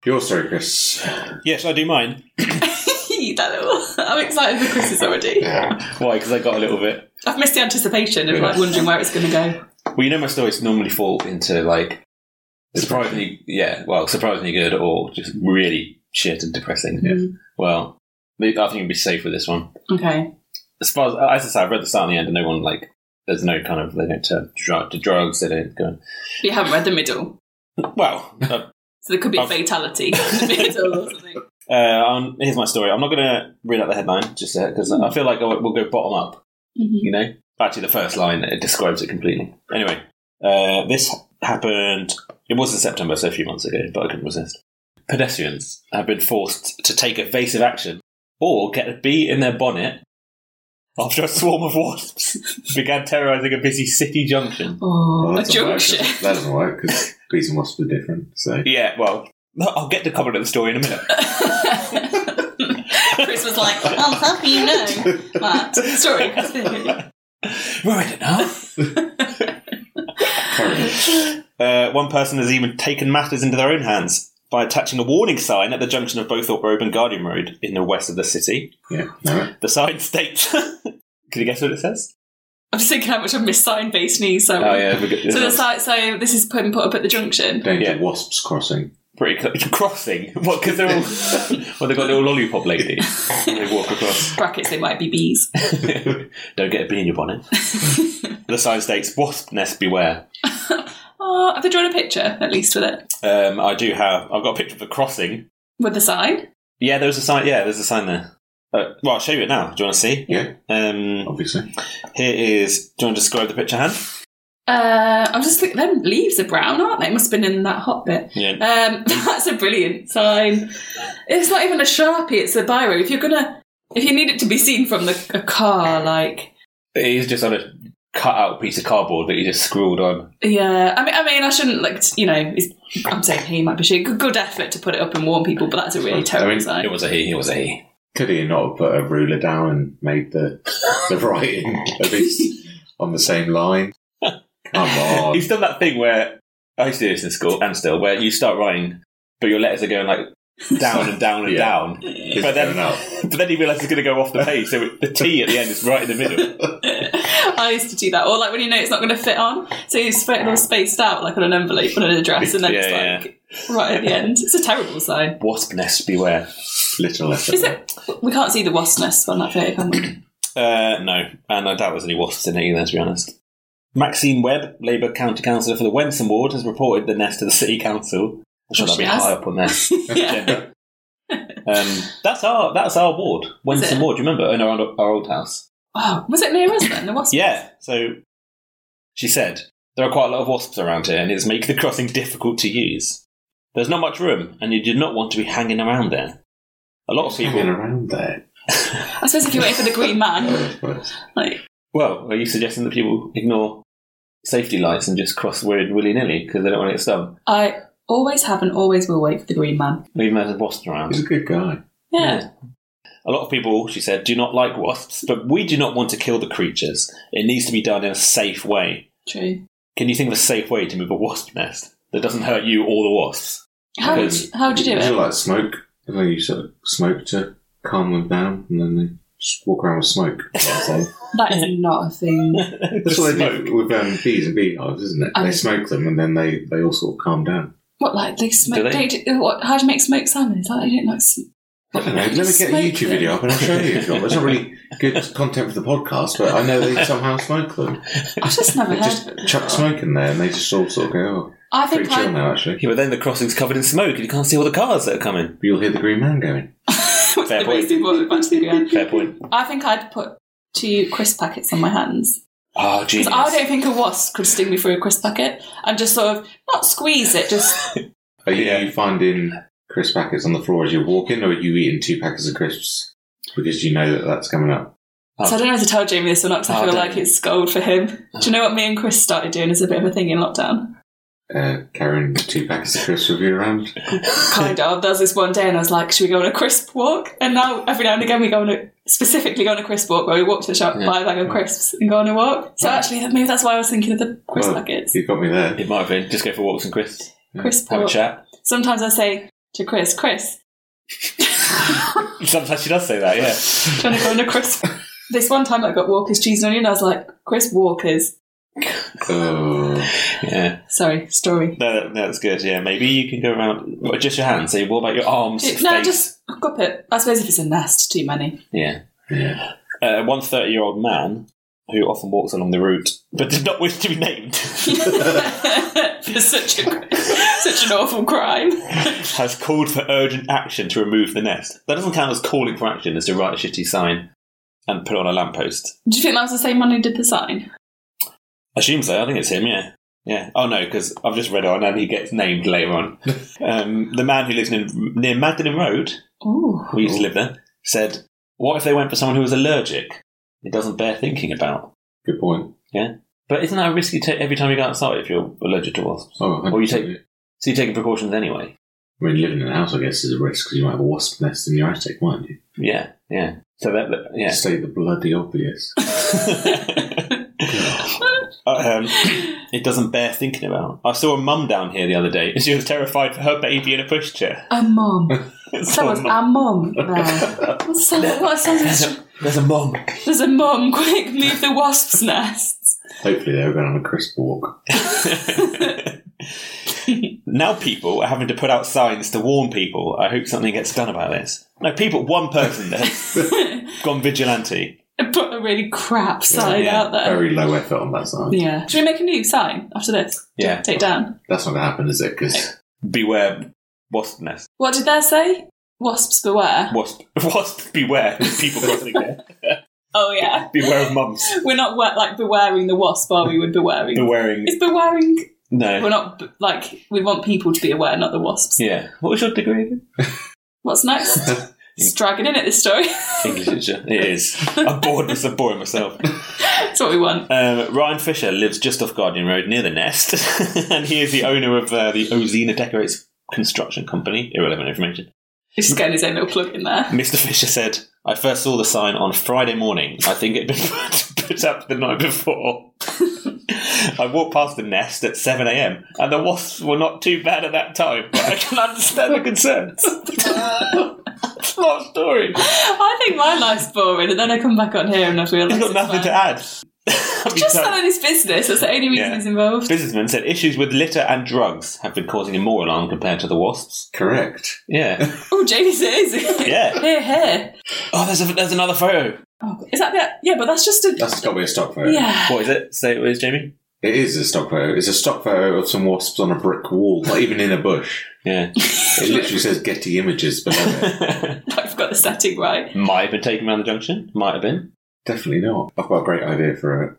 Your story, Chris.
Yes, I do mine.
that little. I'm excited for Chris's already.
Why? Because I got a little bit.
I've missed the anticipation of like wondering where it's going to go.
Well, you know, my stories normally fall into like surprisingly, yeah, well, surprisingly good or just really shit and depressing.
Mm.
Well, I think you'd be safe with this one.
Okay.
as far as, as I say, I've read the start and the end, and no one like. There's no kind of they don't turn to dr- to drugs. They don't go.
You haven't read the middle,
Well, uh,
so there could be a
I've-
fatality. in the middle or something.
uh, um, here's my story. I'm not going to read out the headline just because I feel like I'll- we'll go bottom up.
Mhm.
you know actually the first line it describes it completely anyway uh, this happened it was in september so a few months ago but i couldn't resist pedestrians have been forced to take evasive action or get a bee in their bonnet after a swarm of wasps began terrorizing a busy city junction
Oh,
Well,
a
that doesn't work, 'cause-
junction.
That doesn't work because bees and wasps are different. So
yeah well i'll get to comment on the story in a minute
Chris was like, "I'll help you know that story." has been-
right now
carry on.
Uh, one person has even taken matters into their own hands by attaching a warning sign at the junction of Bothorpe Road and Guardian Road in the west of the city.
Yeah, no.
The sign states. Can you guess what it says?
I'm just thinking how much I've missed sign based news. So,
Oh, yeah,
so the site, so this is put, put up at the junction.
Danger
Yeah.
wasps crossing.
pretty cl- crossing. What? Because they're all well, they've got little lollipop lady. they walk across.
Brackets, they might be bees.
Don't get a bee in your bonnet. the sign states wasp nest beware.
Oh, have they drawn a picture at least with it?
Um, I do have. I've got a picture of the crossing.
With the sign?
Yeah, there's a sign. Yeah, there's a sign there. Uh, well, I'll show you it now. Do you want to see?
Yeah,
Um,
obviously.
Here is. Do you want to describe the picture, Han?
Uh, I'm just looking. Them leaves are brown, aren't they? Must have been in that hot bit.
Yeah.
Um, that's a brilliant sign. It's not even a sharpie; it's a biro. If you're gonna, if you need it to be seen from the a car, like
He's just on a cut out piece of cardboard that he just screwed on.
yeah. I mean, I mean, I shouldn't like t- you know. it's- I'm saying he might be shit. Good, good effort to put it up and warn people, but that's a really terrible
I mean,
sign.
It was a he, it was a he.
Could he not have put a ruler down and made the the writing at least on the same line? Come on.
He's done that thing where I used to do this in school and still, where you start writing, but your letters are going like down and down and
Yeah.
down.
It's
But then,
going up.
but then you realise it's going to go off the page, so the T at the end is right in the middle.
I used to do that, or like when you know it's not going to fit on, so you spread it all spaced out like on an envelope on an address, and then
Yeah,
it's like right at the end. It's a terrible sign.
Wasp nest, beware.
Little effort.
Is it? We can't see the wasp nest on that photo, can we?
Uh, no, and I doubt there's any wasps in it either, to be honest. Maxine Webb, Labour County Councillor for the Wenson Ward, has reported the nest to the City Council. I'm sure
Oh,
that'll be
she has?
high up on there.
yeah.
Um, that's our that's our ward, Wenson
it?
Ward. Do you remember in our, old- our old house?
Oh, was it near us then? The wasp.
Yeah. So she said there are quite a lot of wasps around here, and it's making the crossing difficult to use. There's not much room, and you do not want to be hanging around there. A lot of
Hanging
people.
around there.
I suppose if you wait for the green man, like
Well, are you suggesting that people ignore safety lights and just cross willy nilly because they don't want to get stung?
I always have and always will wait for the green man.
Even though there's wasps
He's
around.
a good guy.
Yeah.
A lot of people, she said, do not like wasps, but we do not want to kill the creatures. It needs to be done in a safe way.
True.
Can you think of a safe way to move a wasp nest that doesn't hurt you or the wasps?
How would
Because-
you, how would you do
Is it
it?
like smoke? You know, you sort of smoke to calm them down, and then they just walk around with smoke. That's what I'm saying.
That is not a thing.
That's what they
Smoke.
do with um, bees and beehives, isn't it?
I-
They smoke them, and then they, they all sort of calm down.
What like they smoke?
Do they?
they? do- what, how do you make smoked salmon? Is that you don't like? Sm-
I don't know. Let me get a
Smoke
YouTube
them.
video up, and I'll show you. If you want. It's not really good content for the podcast, but I know they somehow smoke them.
I've just never
They
heard.
just
of it
chuck
before.
smoke in there, and they just all sort of go. Oh,
Uh-huh. I
pretty
think
chill
I,
now, actually.
Yeah, but then the crossing's covered in smoke and you can't see all the cars that are coming.
You'll hear the green man going.
What's
Fair
the
point.
least important bunch to be on?
Fair point.
I think I'd put two crisp packets on my hands
Oh,
Ah, because
genius.
I don't think a wasp could sting me through a crisp packet and just sort of not squeeze it, just
Are you,
Yeah.
you finding crisp packets on the floor as you're walking, or are you eating two packets of crisps because you know that that's coming up?
Oh.
So I don't know if to tell Jamie this or not because
Oh,
I feel
don't.
like it's gold for him. Do you know what me and Chris started doing as a bit of a thing in lockdown?
Uh, carrying two packets of crisps with you around.
kind of. There was this one day and I was like, should we go on a crisp walk? And now every now and again we go on a, specifically go on a crisp walk where we walk to the shop,
Yeah.
buy a bag of crisps and go on a walk. So
Right.
actually that- maybe that's why I was thinking of the crisp
Well,
packets.
Oh, You got me there.
It might have been. Just go for walks and Chris.
Crisp
Have a
walk.
chat.
Sometimes I say to Chris, Chris,
Sometimes she does say that, yeah.
trying to go on a crisp. this one time I got Walker's cheese and onion, I was like, Chris Walker's.
Oh,
Yeah.
Sorry, story.
No, that- that's good, yeah. Maybe you can go around. What, just your hands. So what about your arms?
It-
face?
no, just hook up it. I suppose if it's a nest, too many.
Yeah.
yeah.
Uh, one 30 year old man who often walks along the route but did not wish to be named
It's such a such an awful crime.
has called for urgent action to remove the nest. That doesn't count as calling for action, it's to write a shitty sign and put it on a lamppost.
Do you think that was the same one who did the sign?
Assume so. I think it's him. Yeah. Yeah. Oh no, because I've just read on and he gets named later on. um, the man who lives in, near Magdalen Road,
Ooh.
who used to live there, said, "What if they went for someone who was allergic? It doesn't bear thinking about."
Good point.
But isn't that a risk you take every time you go outside if you're allergic to wasps?
Oh,
Or you
100%.
take- So you're taking precautions anyway.
I mean, living in a house, I guess, is a risk because you might have a wasp nest in your attic, mightn't you?
Yeah. Yeah. So that. that- yeah.
State the bloody obvious.
um, it doesn't bear thinking about. I saw a mum down here the other day, and she was terrified for her baby in a pushchair.
A mum.
So
That was a mum there. What sound- what
There's
sounds
a, there's a mum.
There's a mum. Quick, move the wasp's nest.
Hopefully, they were going on a crisp walk.
now people are having to put out signs to warn people. I hope something gets done about this. No, people, one person has gone vigilante.
Put a really crap sign
Yeah,
out there.
Very low effort on that side.
Yeah. Should we make a new sign after this?
Yeah.
Take down.
That's not going to happen, is it? Because
Beware wasp nest.
What did they say? Wasps beware.
Wasp, wasp beware. People crossing there.
Oh yeah,
Beware of mumps.
we're not we- like bewaring the wasp, are we? We're bewaring.
Bewaring.
Is bewaring? We're
No.
not b- like we want people to be aware, not the wasps.
Yeah. What was your degree again?
What's next? it's dragging in at this story.
English literature. It is. I'm bored with I'm boring myself.
That's what we want.
Um, Ryan Fisher lives just off Guardian Road near the Nest, and he is the owner of uh, the Ozina Decorates Construction Company. Irrelevant information.
He's just getting his own little plug in there.
Mr. Fisher said, I first saw the sign on Friday morning. I think it had been put, put up the night before. I walked past the nest at 7 a.m., and the wasps were not too bad at that time. But I can understand the concerns. Smart story. He's
I think my life's boring, and then I come back on here and I realise
got
it's
nothing
fine.
to add. I mean,
Just
so-
selling his business. That's the only reason
Yeah.
he's involved.
Businessman said issues with litter and drugs have been causing him more alarm compared to the wasps.
Correct.
Yeah.
Oh, Jamie says.
Yeah.
Here, here.
Oh, there's, a, there's another photo.
Oh, is that the? Yeah, but that's just a.
That's got to be a stock photo.
yeah.
What is it? Say it is, Jamie.
It is a stock photo. It's a stock photo of some wasps on a brick wall, not even in a bush.
Yeah.
It literally says Getty Images below it.
I've got the setting right.
Might have been taken around the junction. Might have been.
Definitely not. I've got a great idea for a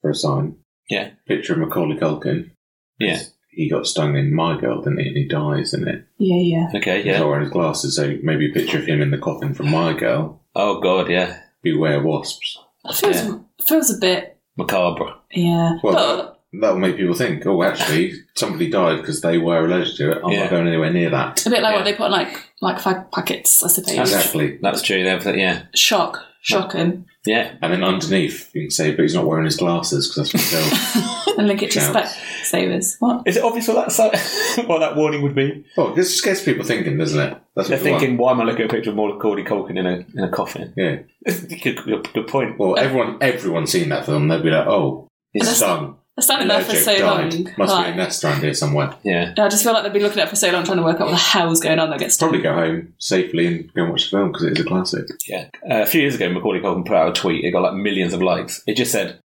for a sign.
Yeah.
Picture of Macaulay Culkin.
Yeah.
He got stung in My Girl, didn't he? And he dies in it.
Yeah, yeah.
Okay,
He's
yeah.
not wearing his glasses, so maybe a picture of him in the coffin from My Girl.
Oh god, yeah.
Beware wasps.
It feels feels a bit.
Macabre.
Yeah.
Well,
but
That'll make people think, oh, actually, somebody died because they were allergic to it. I'm
Yeah.
not going anywhere near that.
a bit like what
yeah.
they put on like like fag packets, I suppose.
That's-
Exactly.
That's true, they have that yeah.
Shock, shocking,
Yeah.
And then underneath, you can say, but he's not wearing his glasses because that's what they'll.
and link it to
Yeah.
spec savers. What?
Is it obvious what that si- what that warning would be?
Well, this just gets people thinking, doesn't it? That's what
They're
you want.
thinking, why am I looking at a picture of Macaulay Culkin in a in a coffin?
Yeah.
good, good, good point.
Well, everyone, everyone's seen that film. They'd be like, "Oh,
It's-
it's stung,
They're standing there for
allergic,
so
died.
long.
Must be
like,
a nest around here somewhere."
Yeah.
I just feel like they've been looking at it for so long, trying to work out what the hell's going on. That gets
Probably go home safely and go and watch the film because it is a classic.
Yeah. Uh, a few years ago Macaulay Culkin put out a tweet, it got like millions of likes. It just said,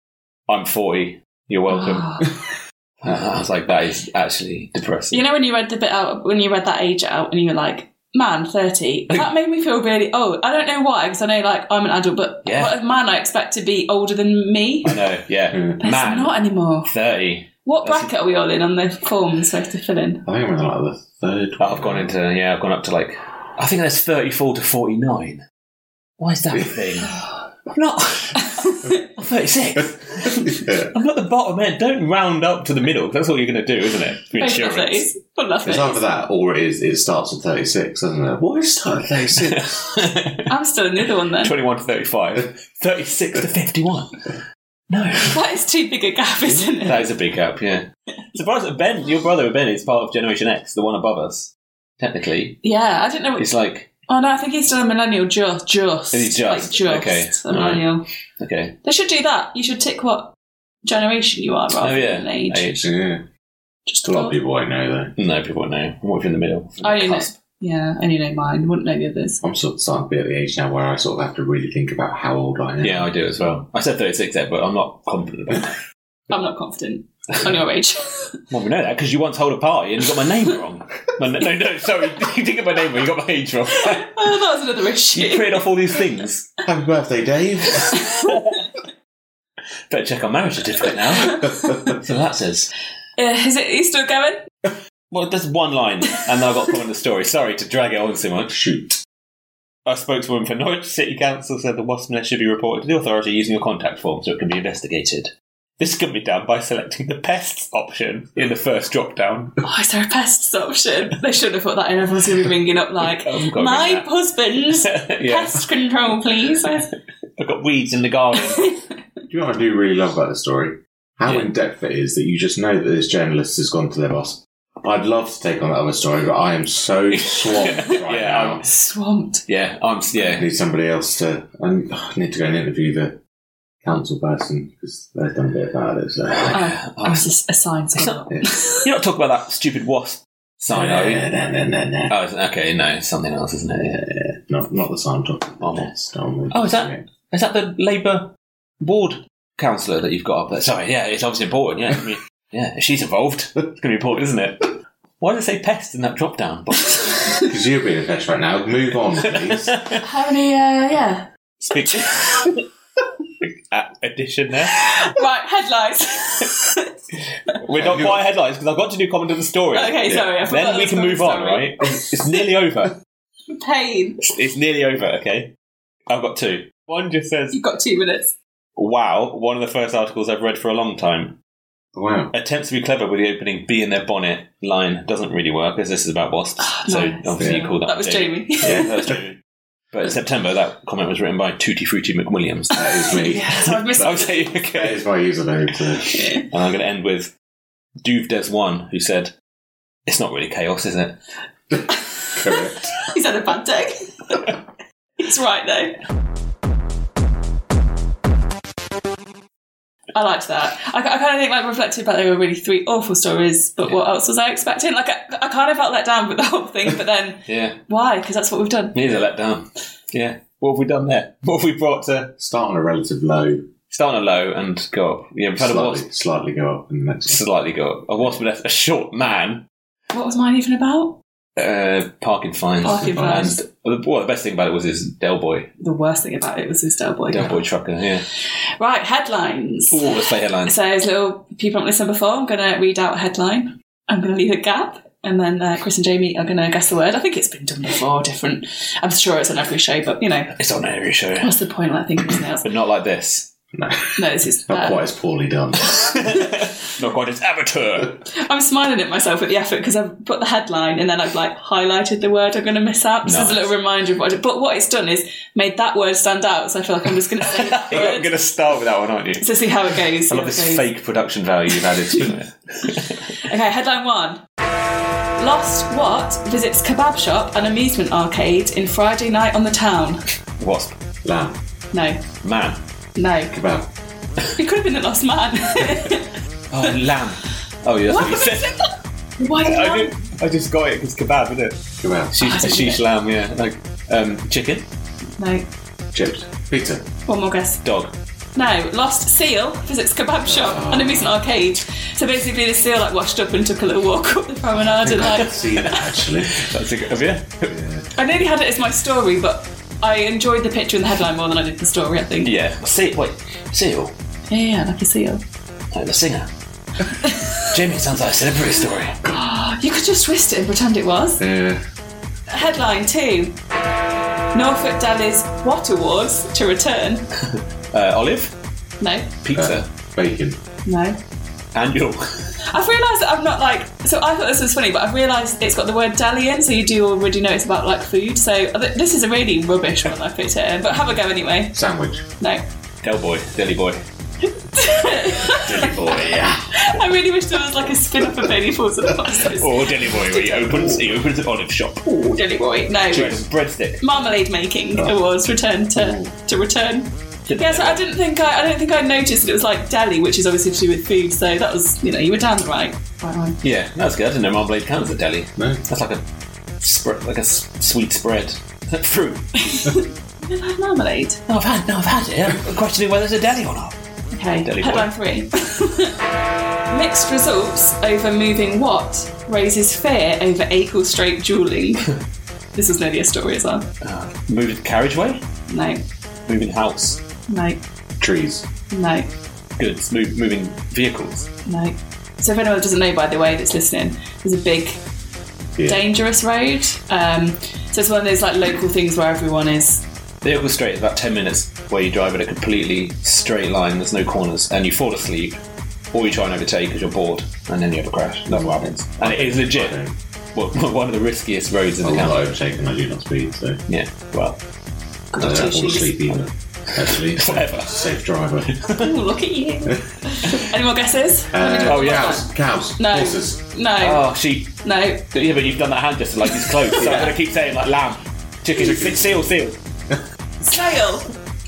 I'm forty, you're welcome. Uh, I was like, that is actually depressing.
you know when you read the bit out when you read that age out, and you were like. Man, thirty. That made me feel really old. I don't know why, because I know like I'm an adult, but
Yeah.
what a man I expect to be older than me.
I know, yeah.
Yeah.
But
Man.
It's not anymore.
Thirty.
What
That's-
bracket are we all in on the forms we have to fill in?
I think I'm in like the third.
Oh,
one.
I've gone into yeah, I've gone up to like I think that's thirty four to forty nine. Why is that a thing? I'm not I'm thirty six.
yeah.
I'm not the bottom end. Don't round up to the middle. 'cause That's all you're going to do, isn't it? For
Both of
insurance.
these. Well, lovely.
It's either that or it is. It starts at thirty six, doesn't it? What is start at thirty six?
I'm still in the other one then.
21 to 35. 36 to 51. No.
That is too big a gap, isn't it?
That is a big gap, yeah. Surprised that Ben, your brother Ben, is part of Generation X, the one above us. Technically,
Yeah, I don't know. What,
it's like,
oh no, I think he's still a millennial. Just, just,
Is he
like
just?
just
Okay,
a millennial.
okay.
They should do that. You should tick what generation you are rather
Oh, yeah.
than age.
Age.
yeah,
Just
a lot
thought-
of people won't know though.
No, people won't know. What if you're in the middle?
I only know.
Cusp.
Yeah, I only know mine. Wouldn't know the others.
I'm sort of starting to be at the age now where I sort of have to really think about how old I am.
Yeah, I do as well. I said 36 there, but I'm not confident about that.
I'm not confident on your age. Oh,
Well, we know that because you once held a party and you got my name wrong. No, no, no, no, sorry. You didn't get my name wrong, you got my age wrong.
oh, that was another
You
issue.
printed off all these things.
Happy birthday, Dave.
Better check our marriage certificate now. so that says.
Uh, is it? He's still going.
Well, there's one line, and I've got to in the story. Sorry to drag it on so much.
Shoot.
A spokeswoman for Norwich City Council said the wasp nest should be reported to the authority using a contact form so it can be investigated. This can be done by selecting the pests option in the first drop down.
Oh, is there a pests option? They shouldn't have put that in. Everyone's going to be ringing up like,
Oh, God,
my
ring that."
husband's
yeah.
pest control, please.
I've got weeds in the garden.
Do you know what I do really love about the story? How
Yeah.
in depth it is that you just know that this journalist has gone to their boss. I'd love to take on that other story, but I am so swamped right
Yeah,
now.
I'm-
Swamped.
yeah, I'm.
I
Yeah.
need somebody else to. I n- I need to go and interview the council person because they've done a bit about it. So.
Oh, I was just assigned
It's
something.
not- You're not talking about that stupid wasp sign, are you?
No, no, no, no, no.
Oh, is- okay, no, it's something else, isn't it? Yeah.
Not, not the sign I'm talking about.
Oh.
Yes, don't worry.
Oh, is that- Is that the Labour ward councillor that you've got up there? Sorry, yeah, it's obviously important. Yeah, I mean, yeah, if she's involved, it's going to be important, isn't it? Why does it say pest in that drop down box?
Because you're being a pest right now. Move on, please.
How many, uh, yeah.
Speak- At edition now.
Right, headlines.
We're not
Yeah.
quite headlines because I've got to do comment on the story.
okay, sorry. I forgot
Then we
that's
can
not a
move on,
story.
right? It's nearly over.
Pain.
It's nearly over, okay? I've got two. One just says,
You've got two minutes.
wow, one of the first articles I've read for a long time.
Wow.
Attempts to be clever with the opening bee in their bonnet line doesn't really work as this is about wasps. so
Ah, Nice.
obviously
Yeah.
you call that
That was
Jamie.
Jamie.
Yeah, that was Jamie. But in September, that comment was written by Tutti Frutti McWilliams.
That is me.
Yeah, so I've missed
I'll tell you, okay.
That is my username. So.
And I'm going to end with Duve Des One, who said, "It's not really chaos, is it?"
Correct.
He's had a bad day. He's right though. I liked that. I, I kind of think, like, reflecting back, they were really three awful stories. But what else was I expecting? Like, I, I kind of felt let down with the whole thing. But then,
Yeah,
why? Because that's what we've done.
it is a letdown. Yeah, what have we done there? What have we brought to
Start on a relative low,
start on a low and go up? Yeah, we've had a wasp
slightly, slightly go up in the next
slightly go up. A wasp left a short man.
What was mine even about? Oh,
Uh, parking fines.
Parking fines.
And the, well, the best thing about it was his Del Boy,
The worst thing about it was this Del Boy.
Del Boy trucker. Yeah.
Right, headlines.
Ooh, let's say headlines.
So, as little people haven't listened before, I'm going to read out a headline. I'm going to leave a gap, and then uh, Chris and Jamie are going to guess the word. I think it's been done before, different. I'm sure it's on every show, but you know,
It's on every show,
what's the point? Like thinking of something else.
but not like this.
No,
No, this is.
not
uh,
quite as poorly done.
not quite as amateur.
I'm smiling at myself at the effort because I've put the headline and then I've like highlighted the word I'm going to miss out. This is a
Nice.
little reminder of what I did. But what it's done is made that word stand out, so I feel like I'm just going to say that
You're
word.
going to start with that one, aren't you?
So see how it goes.
I
see how
love
it
this
goes.
fake production value you've added to it.
Okay, headline one. Lost What visits kebab shop and amusement arcade in Friday night on the town.
Wasp.
Lamb,
No,
Man.
no.
kebab,
It could have been the lost man.
Oh, lamb. Oh, yeah, that's
Why
what you
would I
said.
say that? Why did
I,
I?
did, I just got it because kebab, isn't it?
kebab,
Sheesh,
didn't
sheesh
get it.
lamb, yeah. Like, um, chicken,
No.
chips, pizza,
One more guess.
dog.
No, Lost Seal visits kebab shop and amusement arcade. So basically, the seal like washed up and took a little walk up the promenade and like
See that actually.
That's a good have you?
I nearly had it as my story, but I enjoyed the picture and the headline more than I did the story. I think.
Yeah. See, wait. Seal.
Yeah, yeah, like a seal.
Like the singer. Jamie, it sounds like a celebrity story.
You could just twist it and pretend it was.
Yeah.
Headline two Norfolk Deli's What Awards to return.
Uh, olive,
No,
pizza,
uh, Bacon.
no.
annual.
I've realised that I'm not like. So I thought this was funny, but I've realised it's got the word deli in, so you do already know it's about like food. So th- this is a really rubbish one I picked here, but have a go anyway.
Sandwich.
No.
Del boy, deli boy. Deli boy, yeah.
I really wish there was like a spin off of Baby Falls at the Foxes.
Or Oh, deli boy, where he opens, he opens an olive shop.
Ooh, Deli boy. No.
Breadstick.
Marmalade making awards return to, to return. Yeah, so I didn't think I, I don't think I noticed that it was like deli, which is obviously to do with food. So that was you know you were down the right. right line.
Yeah, that's good. I didn't know marmalade counts as a deli.
No.
That's like a spread, like a s- sweet spread. Fruit.
Have I had marmalade.
No, I've had, no, I've had it. I'm questioning whether it's a deli or not.
Okay.
Deli boy.
Headline three. Mixed results over moving what raises fear over Acle Strait dueling. this was nearly a story as well.
Moving carriageway,
No,
moving house,
no,
Trees.
no.
goods, move, moving vehicles.
No. So if anyone doesn't know, by the way, that's listening, there's a big
Yeah.
dangerous road. Um, so it's one of those like local things where everyone is.
Vehicle straight is about ten minutes, where you drive at a completely straight line. There's no corners, and you fall asleep, or you try and overtake because you're bored, and then you have a crash. That's what happens, and it is legit.
Okay.
Well, one of the riskiest roads in
I'm
the
not
county.
overtaken. I do not speed, so
Yeah, well,
I don't
Two
fall
shoes.
asleep either. Actually, so
Whatever.
safe driver.
Ooh, look at you. Any more guesses? Let me do
Uh,
one
oh, yeah.
more.
cows. Cows.
No.
Horses.
No.
oh, she
No.
Yeah, but you've done that hand gesture like it's close. So I'm going to keep saying like lamb, chicken, seal, seal.
Snail.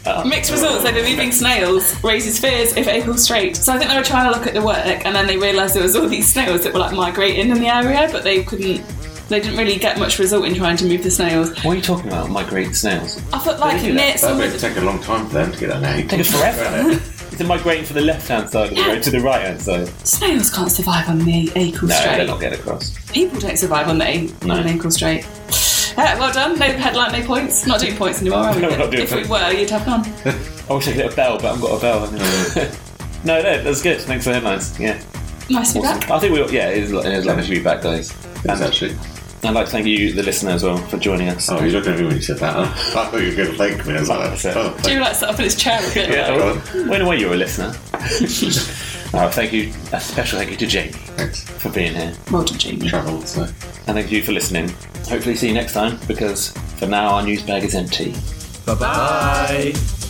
Oh.
Mixed results over moving snails raises fears if April Strait. So I think they were trying to look at the work, and then they realised there was all these snails that were like migrating in the area, but they couldn't. They didn't really get much result in trying to move the snails.
What are you talking about? Migrating snails.
I felt like
do
near
that.
some
That
of
would
the
take a long time for them to get that name.
Take us forever. it's migrating from the left hand side of the road to the right hand side.
Snails can't survive on the ankle
No,
straight.
they'll not get across.
People don't survive on the, a-
No.
on the ankle straight. Eh, well done. No headlight, no points. Not doing points anymore, are we?
No, we're not doing
if
points.
we were, you'd have none.
I wish I could get a bell, but I haven't got a bell. no, no, that's good. Thanks for the headlines. Yeah,
Nice to be
awesome.
back.
I think we, yeah, it is, it is lovely to be back, guys.
It's actually.
I'd like to thank you, the listener, as well, for joining us.
Oh, you looked at me when you said that. huh? I thought you were going to thank me. I was like,
That's it.
oh,
Do you like set up in his chair a bit?
Yeah, well, when were you a listener? oh, thank you. A special thank you to Jamie
thanks.
for being here,
Well done, Jamie.
Travelled, so.
and thank you for listening. Hopefully, see you next time because for now our news bag is empty.
Bye bye.